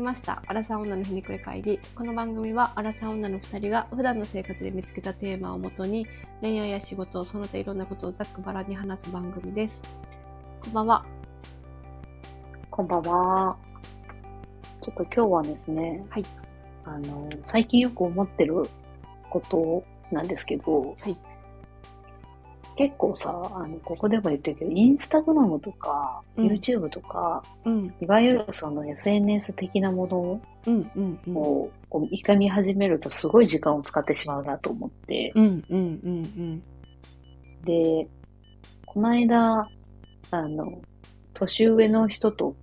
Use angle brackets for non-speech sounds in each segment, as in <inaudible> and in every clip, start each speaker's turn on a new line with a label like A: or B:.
A: ました。アラサー女のひねくれ会議。この番組は、アラサー女の二人が普段の生活で見つけたテーマをもとに、恋愛や仕事、その他いろんなことをざっくばらんに話す番組です。こんばんは。
B: こんばんは。ちょっと今日はですね、
A: はい。
B: あの、最近よく思ってることなんですけど、
A: はい
B: 結構さ、あの、ここでも言ってるけど、インスタグラムとか、
A: うん
B: YouTube とか、
A: うん、
B: いわゆるその SNS 的なも
A: うん、うん、うん。
B: のを、こう、いかみ始めるとすごい時間を使ってしまうなと思って、
A: うん、うん、うん、
B: で、この間、あの、年上の人と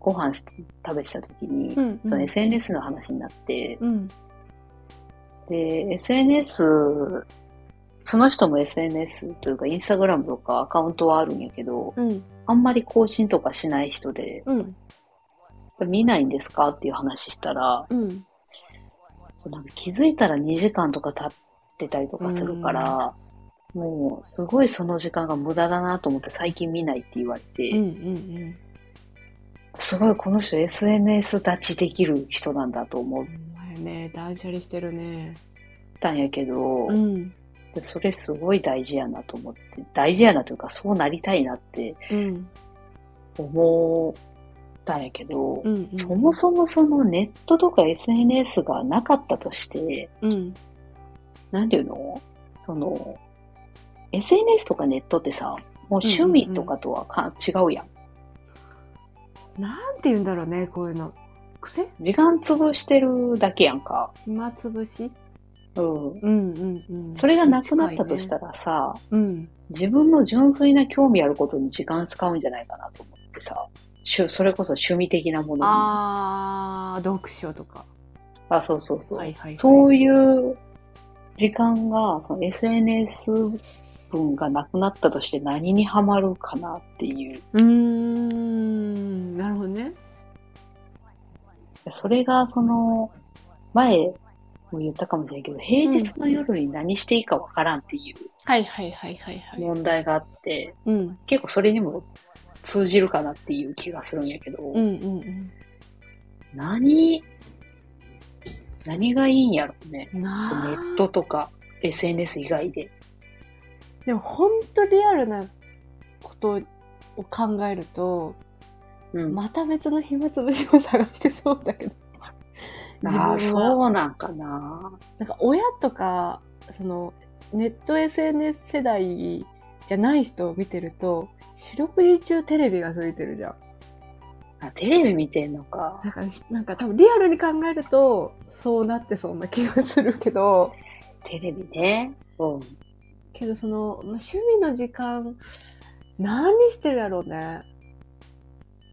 B: ご飯して食べてた時に、
A: うん。うん、
B: その SNS の話になって、
A: うん、
B: で、SNS、その人も SNS というか、インスタグラムとかアカウントはあるんやけど、
A: うん、
B: あんまり更新とかしない人で、
A: うん、
B: 見ないんですかっていう話したら、
A: うん。
B: そうなんか気づいたら2時間とか経ってたりとかするから、もうすごいその時間が無駄だなと思って最近見ないって言われて、
A: うん、うん、
B: すごいこの人 SNS 立ちできる人なんだと思っ
A: うん。お前ね、断捨離してるね。
B: たんやけど、
A: うん、
B: でそれすごい大事やなと思って、大事やなというか、そうなりたいなって
A: うん、
B: 思ったんやけど、
A: うん。
B: そもそもそのネットとか SNS がなかったとして、
A: も、うん、
B: なんていうのその、SNS とかネットってさ、もう趣味とかとはか、違うやん。
A: なんて言うんだろうね、こういうの。癖
B: 時間潰してるだけやんか。
A: 暇つぶし
B: うん。
A: うんうんうん。
B: それがなくなったとし
A: ら、
B: たらさ、
A: うん。
B: 自分の純粋な興味あることに時間使うんじゃないかなと思ってさ、しゅそれこそ趣味的なものに。
A: あー、読書とか。
B: あ、そうそうそう。
A: はいはいはい
B: そういう時間が、その SNS 分がなくなったとして何にハマるかなっていう。
A: うーん、なるほどね。
B: それが、その、前も言ったかもしれんけど、平日の夜に何していいかわからんってい
A: はいはいはいはいは
B: う
A: い。
B: 問題があって、
A: うん、
B: 結構それにも通じるかなっていう気がするんやけど、
A: うんうん
B: 何、何がいいんやろうね。
A: うん。な
B: そ
A: あ
B: うネットとか SNS 以外で。
A: でも本当リアルなことを考えると、
B: うん。
A: また別の暇つぶしを探してそうだけ <laughs> ど。
B: ああ、
A: 自分は
B: そうなんかな。
A: なんか親とか、その、ネット SNS 世代じゃない人を見てると、四六時中テレビがついてるじゃん。
B: あ、テレビ見てんのか。
A: なんか、なんか多分リアルに考えると、そうなってそうな気がするけど、
B: テレビね。うん。
A: けどその、まあ、趣味の時間、何してるやろうね。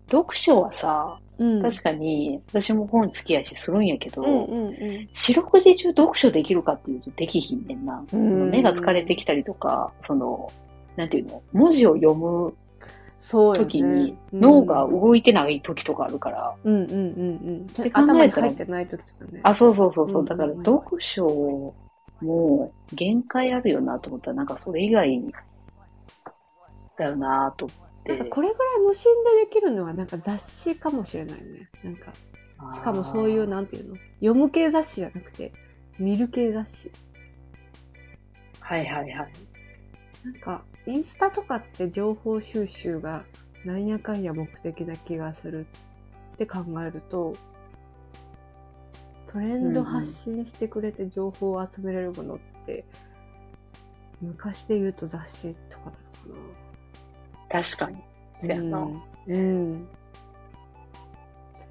B: 読書はさ、
A: うん。
B: 確かに、私も本好きやしするんやけど、
A: うんうんうん。
B: 四六時中読書できるかっていうとできひんねんな。
A: うん
B: 目が疲れてきたりとか、その、なんていうの、文字を読む
A: そうよね。
B: 時に、脳が動いてない時とかあるから、
A: うんうんうんうん。
B: て考えたら
A: 頭に入ってない時とかね。
B: あ、そうそうそうそう、
A: うん
B: だから読書も限界あるよなと思ったら、なんかそれ以外に、だよなと思って。
A: なんかこれぐらい無心でできるのはなんか雑誌かもしれないよね。なんか、しかもそういう、なんていうの読む系雑誌じゃなくて、見る系雑誌。
B: はいはいはい。
A: なんか、インスタとかって情報収集がなんやかんや目的な気がするって考えると、トレンド発信してくれて情報を集めれるものって、昔で言うと雑誌とか
B: 確かに。そ
A: な
B: や
A: の
B: な。
A: かな。うん。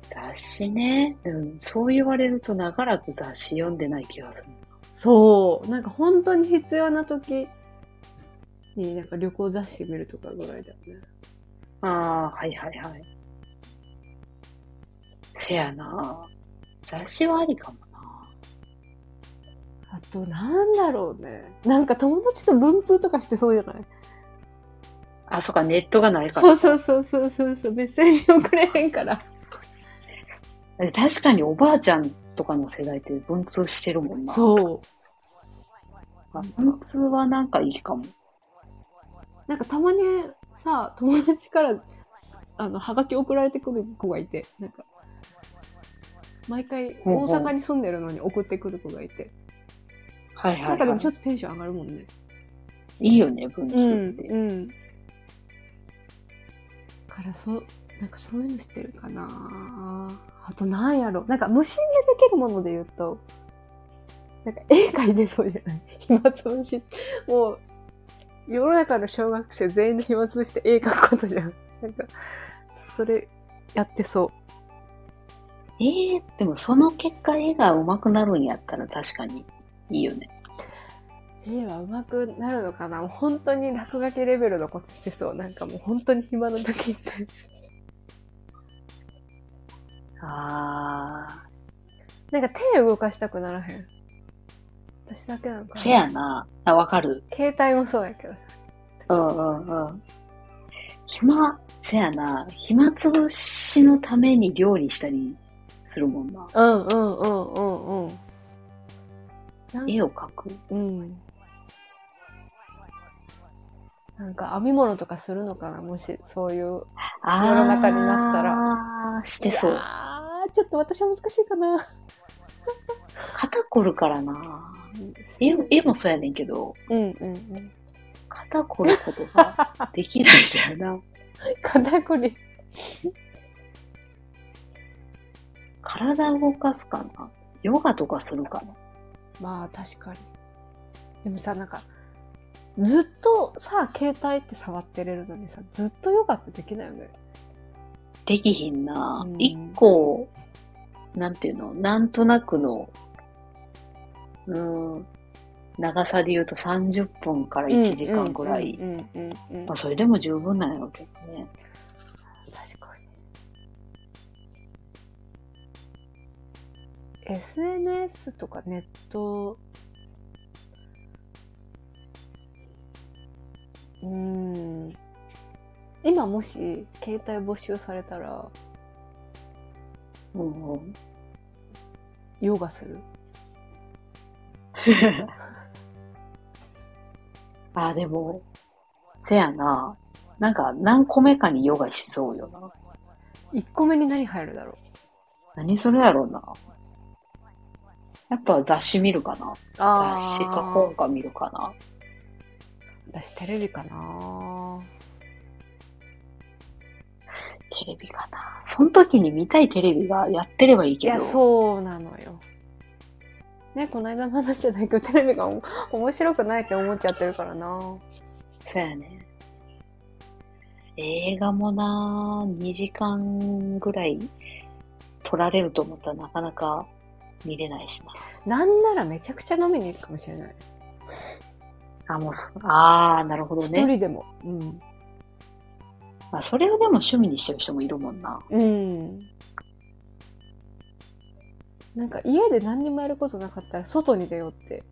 B: 雑誌ね。うん、そう言われると長らく雑誌読んでない気がする。
A: そう。なんか本当に必要な時に、なんか旅行雑誌見るとかぐらいだよね。
B: ああ、はいはいはい。せやな。雑誌はありかもな。
A: あと、なんだろうね。なんか友達と文通とかしてそうじゃない
B: あ、そっか、ネットがないか
A: そ
B: ら。
A: うそうそうそうそうそう、メッセージ送れへん <laughs> から。
B: 確かにおばあちゃんとかの世代って文通してるもんな。
A: そう。
B: あ文通はなんかいいかも。
A: なんかたまにさ、友達から、あの、はがき送られてくる子がいて、なんか、毎回
B: ほ
A: 大
B: うほう
A: 阪に住んでるのに送ってくる子がいて、
B: はい
A: な
B: は
A: ん
B: い、
A: かでも
B: は
A: ちょっとテンション上がるもんね。
B: い。いいよね、文通って。
A: うん。からそ、なんかそういうのしてるかなあとなんやろ。なんか無心でできるもので言うと、なんか絵描いてそうじゃない <laughs> 暇つぶし。もう、世の中の小学生全員で暇つぶして絵描くことじゃん。なんか、それやってそう。
B: ええー、でもその結果絵が上手くなるんやったら確かにいいよね。
A: 絵は上手くなるのかなもう本当に落書きレベルのことしてそう。なんかもう本当に暇な時って。
B: あ
A: なんか手動かしたくならへん。私だけなん
B: あ、
A: か
B: せやな。あ、わかる。
A: 携帯もそうやけどさ。
B: うんうんうん。暇、せやな。暇つぶしのために料理したりするもんな。
A: うんうんうんうんうん。なん
B: 絵を描く。
A: うん。なんか編み物とかするのかなもしそういう。
B: あ
A: 世の中になったら
B: ら。してそ
A: いや
B: う。
A: ーちょっと私は難しいかな。
B: 肩こるからな。絵も絵もそうやねんけど、
A: うんうんうん。
B: 肩こることができないんだよな。
A: 肩こり。
B: 体動かすかな。ヨガとかするかな。
A: まあ確かに。でもさ、なんか、ずっとさ、携帯って触ってれるのにさ、ずっとヨガってできないよね。
B: できひんな
A: う。ん
B: 一、個、なんていうの、なんとなくの、うーん、長さで言うと30分から1時間ぐらい。
A: うんうんうんうんうん
B: まあ、それでも十分なんやろうけどね。
A: 確かに SNS とかネットうーん今もし携帯募集されたら
B: うんうん、
A: ヨガする
B: ああ、でも、せやな。なんか、何個目かにヨガしそうよな。
A: 1個目に何入るだろ
B: 何それやろうな。やっぱ雑誌見るかな。
A: う
B: 雑誌か本か見るかな。
A: 私テレビかな
B: テレビかな。その時に見たいテレビがやってればいい
A: い
B: けど。
A: やそうなのよねこの間の話じゃないけどテレビがお面白くないって思っちゃってるからな
B: そうやね。映画もな、2時間ぐらい撮られると思ったらなかなか見れないしな。
A: なんならめちゃくちゃ飲みに行くかもしれない。
B: あ、もうそ、あー、なるほど
A: 一、
B: ね。
A: 人でも。うん。
B: まあ、それをでも趣味にしてる人もいるもんな。
A: うん。なんか家で何にもやることなかったら外に出ようって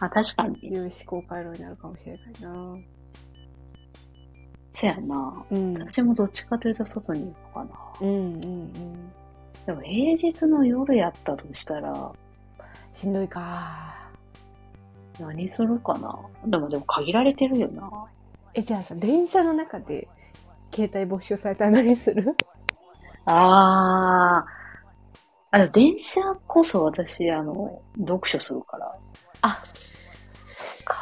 B: あ、確か
A: い
B: に。
A: う思考回路になるかもしれないな。
B: そうやな。
A: うん。うん
B: 私もどっちかというと外に行くかな。
A: うんうん。
B: でも平日の夜やったとしたら、
A: しんどいか。
B: 何するかな。でもでも限られてるよな。
A: え、じゃあさ、電車の中で携帯没収されたら何する
B: あー。あの、電車こそ私、あの、読書するから。
A: あ、そっか。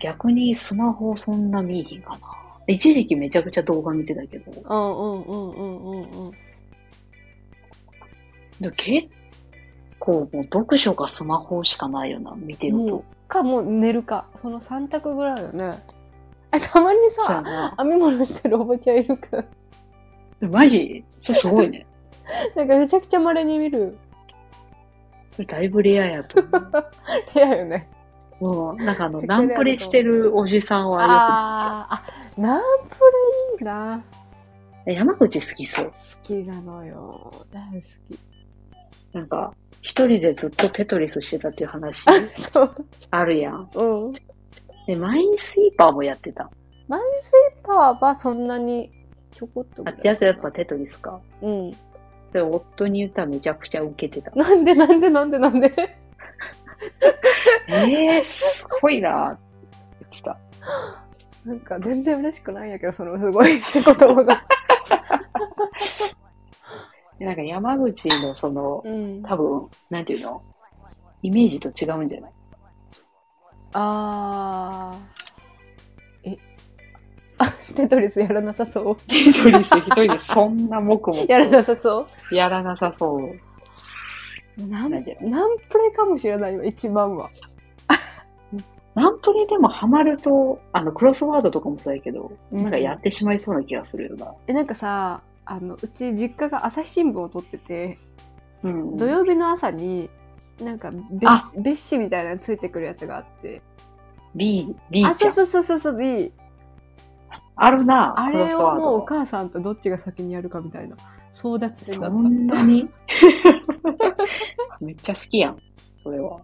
B: 逆にスマホそんな見えひんかな。一時期めちゃくちゃ動画見てたけど、
A: うんうんうんうんうんうん。
B: でも結構もう読書かスマホしかないよな、見てる
A: も
B: と。
A: うか、もう寝るか。その3択ぐらいよね。え、たまにさ、
B: そうやな。
A: 編み物してるおばちゃんいるから、
B: マジそれすごいね。 <laughs>
A: なんかめちゃくちゃ稀に見る。 <laughs>
B: それだいぶレアやと
A: レアよね。
B: 思う。うん、なんかあ
A: め
B: の、
A: ちゃくちゃレアだと
B: ナ
A: 思う
B: ンプレしてるおじさんは
A: あーあ、ナンプレいいな。
B: よく、山口好きそう
A: 好。きなのよ。大好き。
B: なんか、一人でずっとテトリスしてたってい
A: <laughs>
B: う話
A: そう。
B: あるやん。
A: うん。
B: で、マインスイーパーもやってた。
A: マインスイーパーはそんなにちょこっとぐ
B: あ
A: らい。
B: やっやっぱテトリスか。
A: うん。。
B: で、夫に言ったらめちゃくちゃウケてた
A: なんでなんでなんでなんで。
B: えー、 <laughs> すごいなって言ってた。
A: なんか全然嬉しくないんやけど、そのすごいって言葉が。
B: なんか山口のそ
A: <laughs>
B: の、
A: うん
B: 多分、なんていうのイメージと違うんじゃない
A: あーえ <laughs> あテトリスやらなさそう
B: テトリス一人でそんな黙々
A: <laughs> やらなさそ
B: やらなさそう。
A: う何
B: なんじゃない
A: 何プレイかもしれないよ一番は
B: ナンプレでもハマると、あの、クロスワードとかもそうやけど、
A: うん
B: なんかやってしまいそうな気がするよな。
A: えなんかさあのうち実家が朝日新聞を撮ってて
B: うん。
A: 土曜日の朝になんか
B: あ
A: 別別紙みたいなのついてくるやつがあって
B: B、B
A: あ
B: ち
A: そ
B: ゃ。
A: うんそうそうそうそう B
B: あるな、
A: あ
B: クロ
A: れ
B: ス
A: を
B: ワ
A: もうお
B: ード。
A: 母さんとどっちが先にやるかみたいな争奪戦だっ
B: そ
A: た
B: んなに <laughs> めっちゃ好きやん、それは。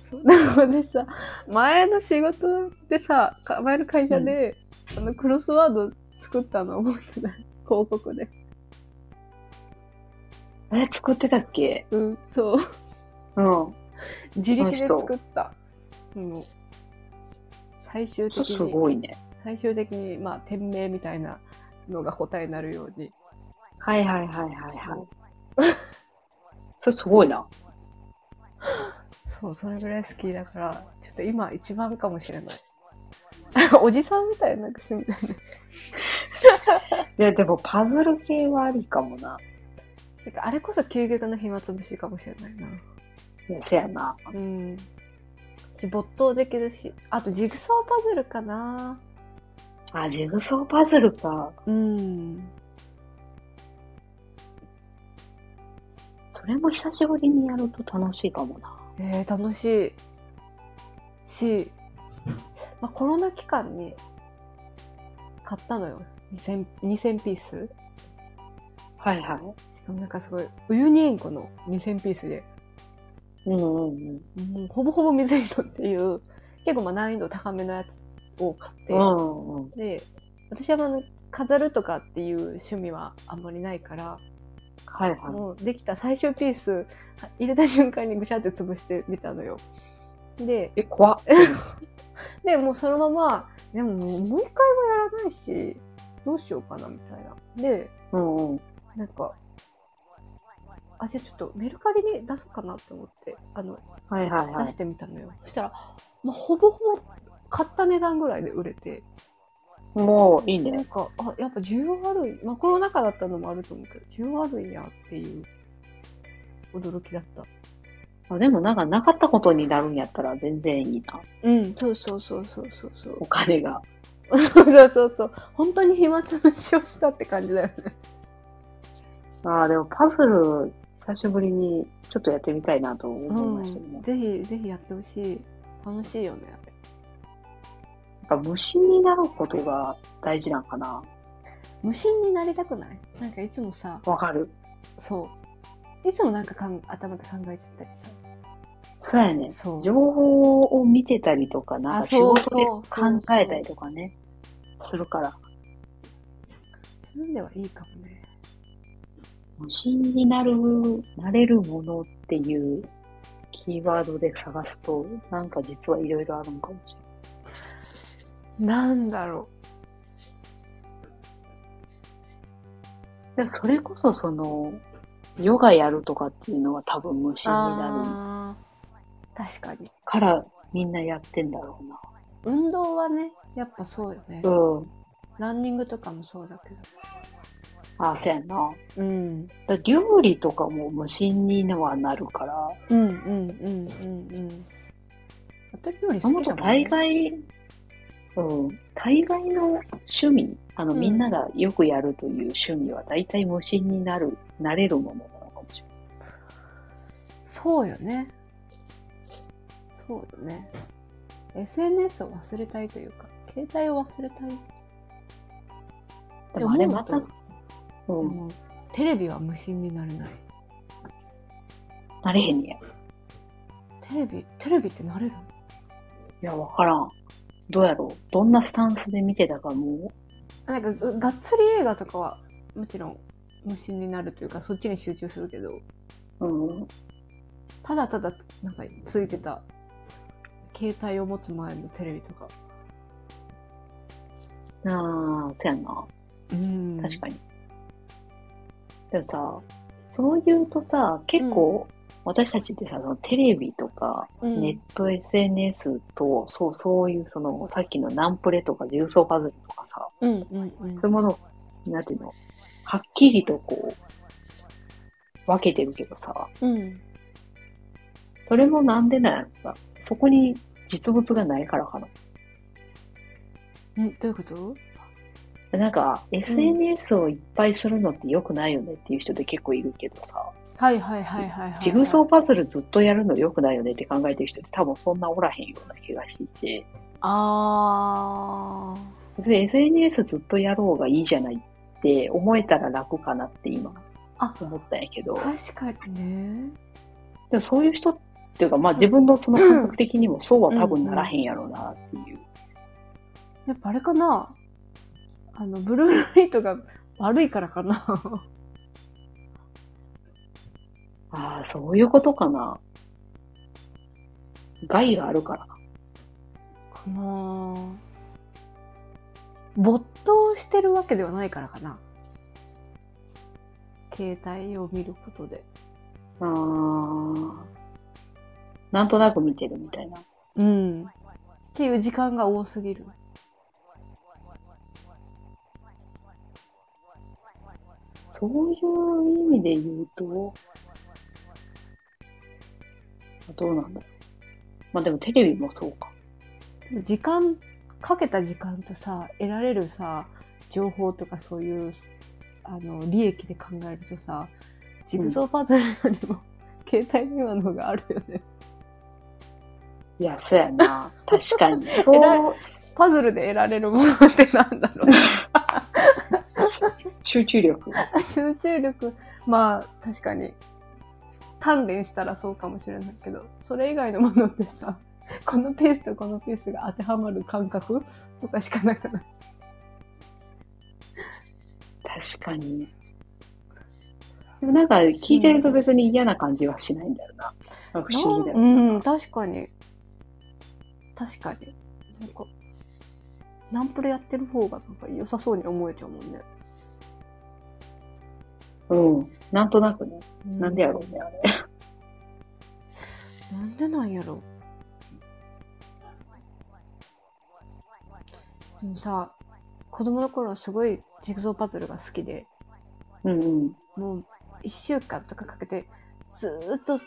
A: そうなのでさ前の仕事でさか前の会社で、あのクロスワード作ったの覚えてない広告で
B: え、作ってたっけ
A: うんそう
B: うん。
A: 自力で
B: 楽しそう
A: 作ったもう最終
B: そ
A: 的
B: うす
A: に
B: ごいね。
A: 最終的にまあ店名みたいなのが答えになるように、
B: はいはいはいはい
A: そ
B: は
A: う
B: い。それすごいな。
A: そうそれぐらい好きだからちょっと今一番かもしれないおじさんみたいななんか趣味だね
B: いや、でもパズル系はありかもな。
A: なんかあれこそ究極の暇つぶしかもしれないない
B: や、せやな。
A: うん。ち没頭できるし、あとジグソーパズルかな。
B: あ、ジグソーパズルか。
A: うん。
B: それも久しぶりにやると楽しいかもな。
A: えー、楽しい。し、まあ、コロナ期間に買ったのよ。2000, 2000ピース。
B: はいはい。
A: しかもなんかすごい、ウユニ塩湖の2000ピースで、
B: うんうんうん。
A: もうほぼほぼ水色っていう、結構まあ難易度高めのやつを買って、
B: うんうん。
A: で、私はあの飾るとかっていう趣味はあんまりないから、
B: はいは
A: もうできた最終ピースは入れた瞬間にぐしゃって潰してみたのよ。で、
B: い。え、怖っ。
A: でもうそのまま、でももうもう一回はやらないし、どうしようかなみたいな。で、
B: うんうん。
A: なんか、あ、じゃあちょっとメルカリに出そうかなと思って、あの、
B: はいはいは
A: 出
B: い
A: し。てみたのよ。そしたら、まあ、ほぼほぼ買った値段ぐらいで売れて、
B: もういい
A: な
B: ね
A: ん。か、あ、やっぱ需要あるん、まあコロナ禍だったのもあると思うけど、需要あるんやっていう驚きだった。
B: あでもなんかなかったことになるんやったら全然いいな。
A: うん、そうそうそうそうそうそう。
B: お金が。
A: そうそうそうそう。本当に暇つぶしをしたって感じだよね。
B: ああ、でもパズル、久しぶりにちょっとやってみたいなと思いましたね。
A: ぜひぜひやってほしい。楽しいよね。
B: なんか無心になることが大事なんかな。
A: 無心になりたくないなんかいつもさ、
B: わかる。
A: そう。いつもなんかかん頭で考えちゃったりさ。
B: そうやね。
A: そう。
B: 情報を見てたりとか、なん
A: あ
B: か仕事
A: そう
B: で
A: そう
B: 考えたりとかね、するから、
A: 自分ではいいかもね。
B: 無心になる、なれるものっていうキーワードで探すと、なんか実はいろいろあるのかもし
A: なんだろ
B: れない。でもそれこそその、ヨガやるとかっていうのは多分無
A: う。
B: 心になる
A: ああ。確かに。
B: から、みんなやってんだろうな。
A: 運動はね、やっぱそうよね。
B: うん。
A: ランニングとかもそうだけど。
B: あ、そうやな。
A: うん。
B: だ料理とかも無心にはなるから、
A: うんうんうんうんうん。私より
B: も
A: 好
B: っ
A: き
B: と
A: だもんね
B: 大概、うん、大概の趣味、あの、
A: うん
B: みんながよくやるという趣味は、大体無心になる、なれるものなのかもしれない。
A: そうよね。そうよね。SNS を忘れたいというか、携帯を忘れたい
B: でもあれま
A: で
B: た
A: も、
B: う
A: で
B: ん、
A: も、テレビは無心になれない。
B: なれへんねや。い
A: テレビ、テレビってなれる
B: や、わからん。どうやろう。どんなスタンスで見てたかも
A: なんか、うがっつり映画とかは、もちろん無心になるというか、そっちに集中するけど、
B: う、うん、
A: ただただ、なんか、ついてた、携帯を持つ前のテレビとか。
B: ああ、そうやな。
A: うん
B: 確かに。でもさ、そう言うとさ、結構、私たちってさ、そのテレビとか、
A: うん
B: ネット SNS と、そう、そういう、その、さっきのナンプレとか重曹パズルとかさ、
A: うんうんうん
B: そういうものを、なんていうの、はっきりとこう、分けてるけどさ、
A: うん
B: それもなんでなんやろな。そこに実物がないからかな。
A: んどういうこと
B: なんか、SNS をいっぱいするのって良くないよねっていう人って結構いるけどさ、
A: はいはいはいはいはい。
B: ジグソーパズルずっとやるの良くないよねって考えてる人って多分そんなおらへんような気がしていて、
A: あ
B: 別に SNS ずっとやろうがいいじゃないって思えたら楽かなって今
A: あ
B: 思ったんやけど
A: ー、確かにね。
B: でもそういう人っていうか、まあ自分のその感覚的にもそうは多分ならへんやろうなっていう。
A: やっぱあれかなあの、ブルーライトが悪いからかな
B: ああ、そういうことかな。害があるから。
A: かな没頭してるわけではないからかな携帯を見ることで。
B: あーなんとなく見てるみたいな。
A: うん。っていう時間が多すぎる。
B: そういう意味で言うと、どうなんだろう。まあでもテレビもそうか。
A: 時間かけた時間とさ得られるさ情報とかそういうあの利益で考えるとさジグソーパズルよりも、携帯電話の方があるよね
B: いや、そうやな。確か <laughs> に。そ、
A: 偉いうパズルで得られるものってなんだろう
B: 集中力。
A: 集中力まあ確かに鍛錬したらそうかもしれないけどそれ以外のものってさこのペースとこのペースが当てはまる感覚とかしかなくない
B: 確かに。でもなんか聞いてると別に嫌な感じはしないんだよな。なんか不思議だよ
A: う
B: ね。
A: ん、確かに。確かに。なんか、ナンプレやってる方がなんか良さそうに思えちゃうもんね。
B: うん。なんとなくね。なんでやろうね、あれ。
A: なんでなんやろでもさ、子供の頃すごいジグソーパズルが好きで、
B: うんうん。
A: もう1週間とかかけてずーっと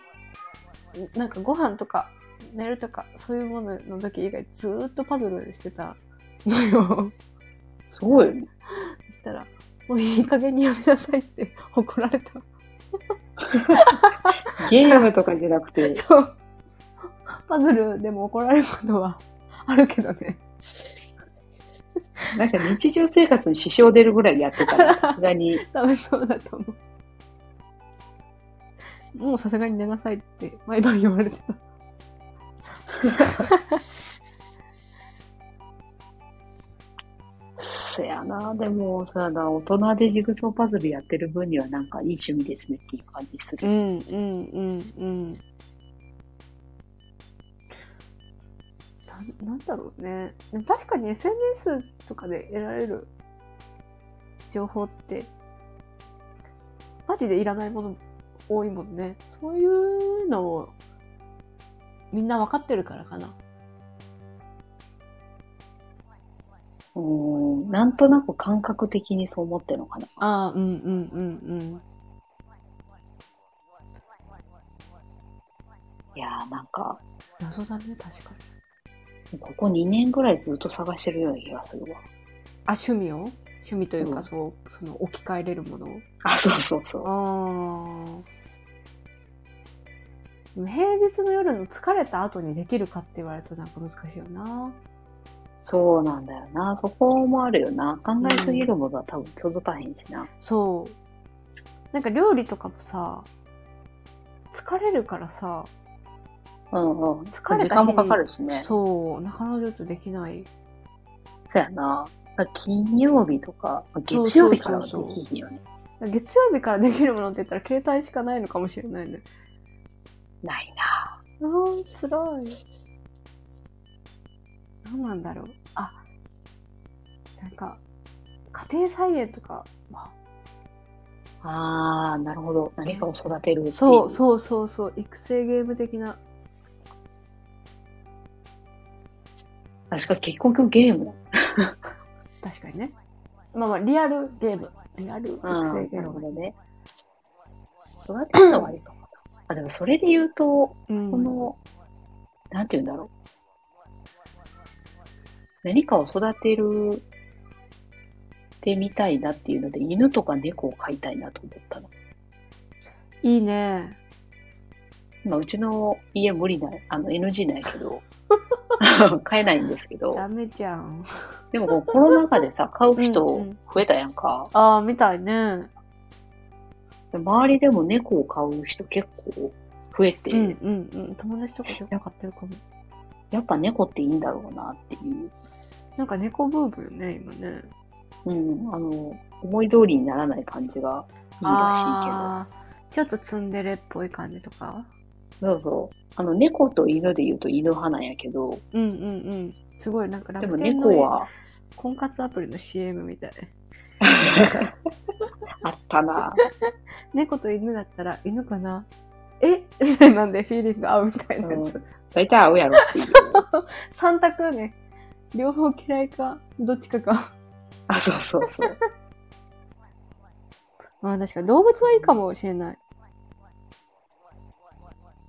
A: なんかご飯とか寝るとかそういうものの時以外ずーっとパズルしてたのよ。
B: すごいよね。
A: そしたら、もういい加減にやめなさいって怒られた。
B: ゲームとかじゃなくて、
A: そう。パズルでも怒られることはあるけどね。
B: なんか日常生活に支障出るぐらいやってたら、さすがに、
A: 多分そうだと思う。もうさすがに寝なさいって毎晩言われてた。
B: そやな、でも、そやな、大人でジグソーパズルやってる分には、なんかいい趣味ですねっていう感じする。
A: んうんうんうん。ななんだろうね。でも確かに SNS とかで得られる情報って、マジでいらないもの多いもんね。そういうのをみんな分かってるからかな。
B: うーん、なんとなく感覚的にそう思ってるのかな。
A: ああ、うんうんうんうん。
B: いやー、なんか、
A: 謎だね、確かに。
B: ここ2年ぐらいずっと探してるような気がするわ。
A: あ、趣味を趣味というか、
B: うん
A: そう、その置き換えれるものを。
B: あ、そうそうそう。
A: ああ。平日の夜の疲れた後にできるかって言われるとなんか難しいよな。
B: そうなんだよな。そこもあるよな。考えすぎるものは多分続かへんしな。
A: そう。なんか料理とかもさ、疲れるからさ、
B: うんうん。
A: 疲れた日に
B: 時間もかかるしね。
A: そう、なかなかちょっとできない。
B: そうやな。金曜日とか、
A: そう
B: 月曜日からはで
A: そうそうそう
B: きひんよね。
A: 月曜日からできるものって言ったら携帯しかないのかもしれないね。
B: ないな。
A: ああ、辛い。何なんだろう。あ、なんか、家庭菜園とかは、
B: ああ、なるほど。何かを育てるっていう。
A: そうそうそうそう育成ゲーム的な
B: 確か結局ゲーム。
A: 確かにねまあまあリアルゲームリアル育
B: ああ
A: 成ゲ
B: な
A: ー
B: るほ
A: ム、
B: どね。育てるのはありかもな。あ、でもそれで言うと、
A: うん
B: この、なんて言うんだろう。何かを育てるってみたいなっていうので、犬とか猫を飼いたいなと思ったの。
A: いいね
B: まあ、うちの家無理ない、あの NG ないけど、 <laughs> 飼えないんですけど、
A: ダメじゃん
B: でもこうコロナ禍でさ、飼う
A: うんう
B: 人
A: ん
B: 増えたやんか。
A: ああみたいね
B: で周りでも猫を飼う人結構増えて、
A: うんうんうん友達とかよく買ってるかも
B: やっぱ猫っていいんだろうなっていう。
A: なんか猫ブームよね今ね
B: うん、あの、思い通りにならない感じがいいら
A: あーちょっとツンデレっぽい感じとか
B: しいけど。そうそう。あの、猫と犬で言うと犬派なんやけど、
A: うんうんうんすごいなんか
B: で
A: 楽
B: も
A: 天
B: 猫
A: の
B: は
A: 婚活アプリの CM みたい
B: あったな。 <laughs>
A: 猫と犬だったら犬かなえ <laughs> みたいなんでフィーリング合うみたいなやつ、
B: う大体合うやろ
A: <laughs>
B: っていう。
A: 三択ね両方嫌いかどっちかか
B: あ、そうそうそう。
A: まあ確かに動物はいいかもしれない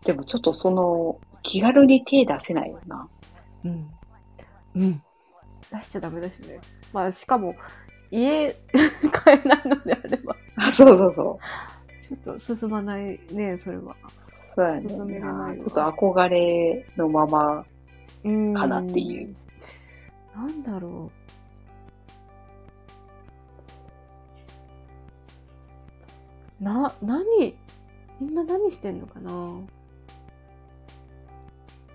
B: でもちょっとその、気軽に手出せないよな。
A: うんうん出しちゃダメだしねまあしかも家買えないのであれば
B: あ、そうそうそう。
A: ちょっと進まないねそれは
B: そうやね
A: 進めれ
B: ん
A: ない
B: な
A: わ。
B: ちょっと憧れのまま
A: うん
B: かなっていう。
A: なんだろう。な、何みんな何してんのかな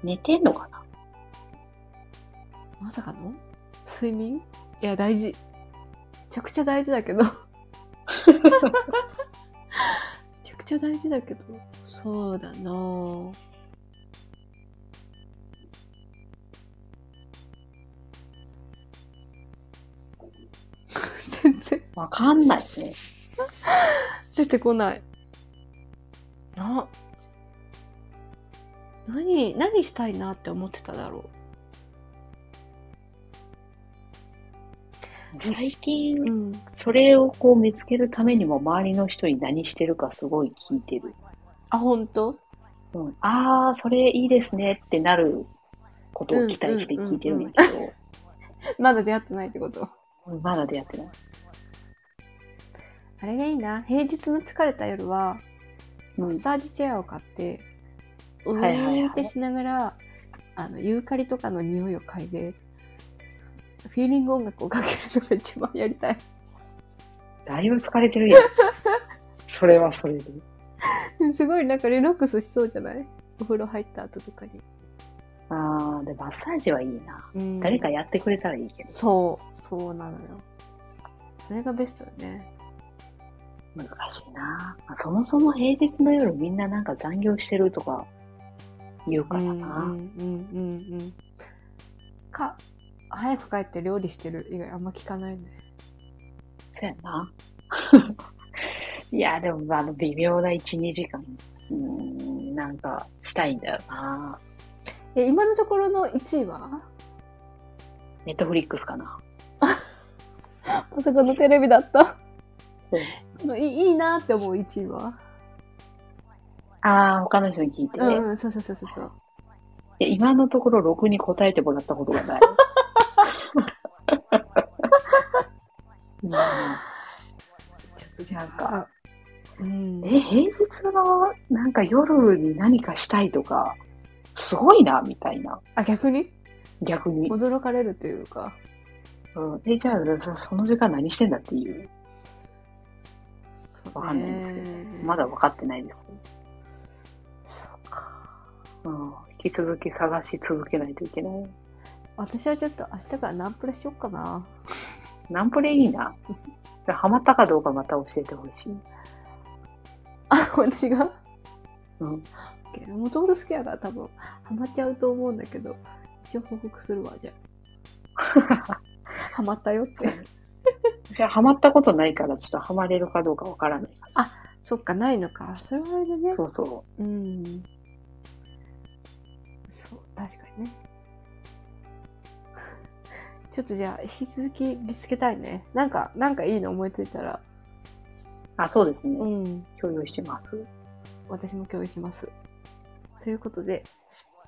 B: 寝てんのかな
A: まさかの睡眠いや、大事。めちゃくちゃ大事だけど。めちゃくちゃ大事だけど。そうだなぁ。全然
B: わかんないね。
A: 出てこない。な。何、何したいなって思ってただろ
B: 最近
A: う。、うん。
B: それをこう見つけるためにも周りの人に何してるかすごい聞いてる。
A: あ、本当
B: うん、ああ、それいいですねってなることを期待して聞いてるんだけど、
A: まだ出会ってないってこと
B: うんまだ出会ってない。
A: あれがいいな。平日の疲れた夜は、
B: う
A: マッ
B: ん、
A: サージチェアを買って、う
B: はいはいはい
A: ーんってしながら、あの、ユーカリとかの匂いを嗅いで、フィーリング音楽をかけるのが一番やりたい。 <laughs>
B: だいぶ疲れてるやん。 <laughs> それはそれで。
A: すごいなんかリラックスしそうじゃないお風呂入った後とかに。
B: ああ、で、マッサージはいいな。
A: うん
B: 誰かやってくれたらいいけど、
A: そう、そうなのよ。それがベストよね。
B: 難しいな。まあそもそも平日の夜みんななんか残業してるとか言うから
A: うんうん
B: な。
A: うんうんうん。か、早く帰って料理してる以外あんま聞かないね。
B: そうやな。 <laughs> いや、でも、あの、微妙な1、2時間、うーん、なんか、したいんだよな。
A: え、今のところの1位は
B: ネットフリックスかな。
A: まさかのテレビだった
B: うん。
A: このいいいなって思う1位は
B: ああ、他の人に聞いて、
A: う
B: い
A: んうん、そうそうそうそうそう。
B: や今のところ、ろくに答えてもらったことが <laughs> ない。うん
A: ちょっとじゃあ、
B: なんか
A: うん。
B: え、平日の、なんか夜に何かしたいとか、すごいな、みたいな。
A: あ、逆に
B: 逆に。
A: 驚かれるというか。
B: うん、え、じゃあ、そその時間何してんだっていう、
A: そうね
B: わかんないんですけど、まだ分かってないです。
A: そうか。
B: うん引き続き探し続けないといけない。
A: 私はちょっと明日からナンプレしよっかな。 <laughs>
B: ナンプレいいな。ハマったかどうかまた教えてほしい。
A: あ、私が
B: うん。
A: もともと好きやから多分ハマっちゃうと思うんだけど
B: <laughs>
A: 一応報告するわじゃあハマったよって
B: 私はハマったことないから、ちょっとハマれるかどうかわからない。
A: そっか、ないのか。それはあれでね。
B: そうそ
A: うん。そう、確かにね。 <laughs> ちょっとじゃあ、引き続き見つけたいね。なんか、なんかいいの思いついたら、
B: う。あ、そうですね。
A: うん、
B: 共有してます。
A: 私も共有します。ということで、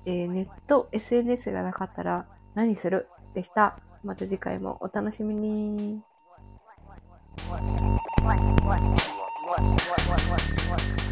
A: えーネット、SNS がなかったら何するでした。また次回もお楽しみに。
C: What? What? What? What? What? What? What? What? What?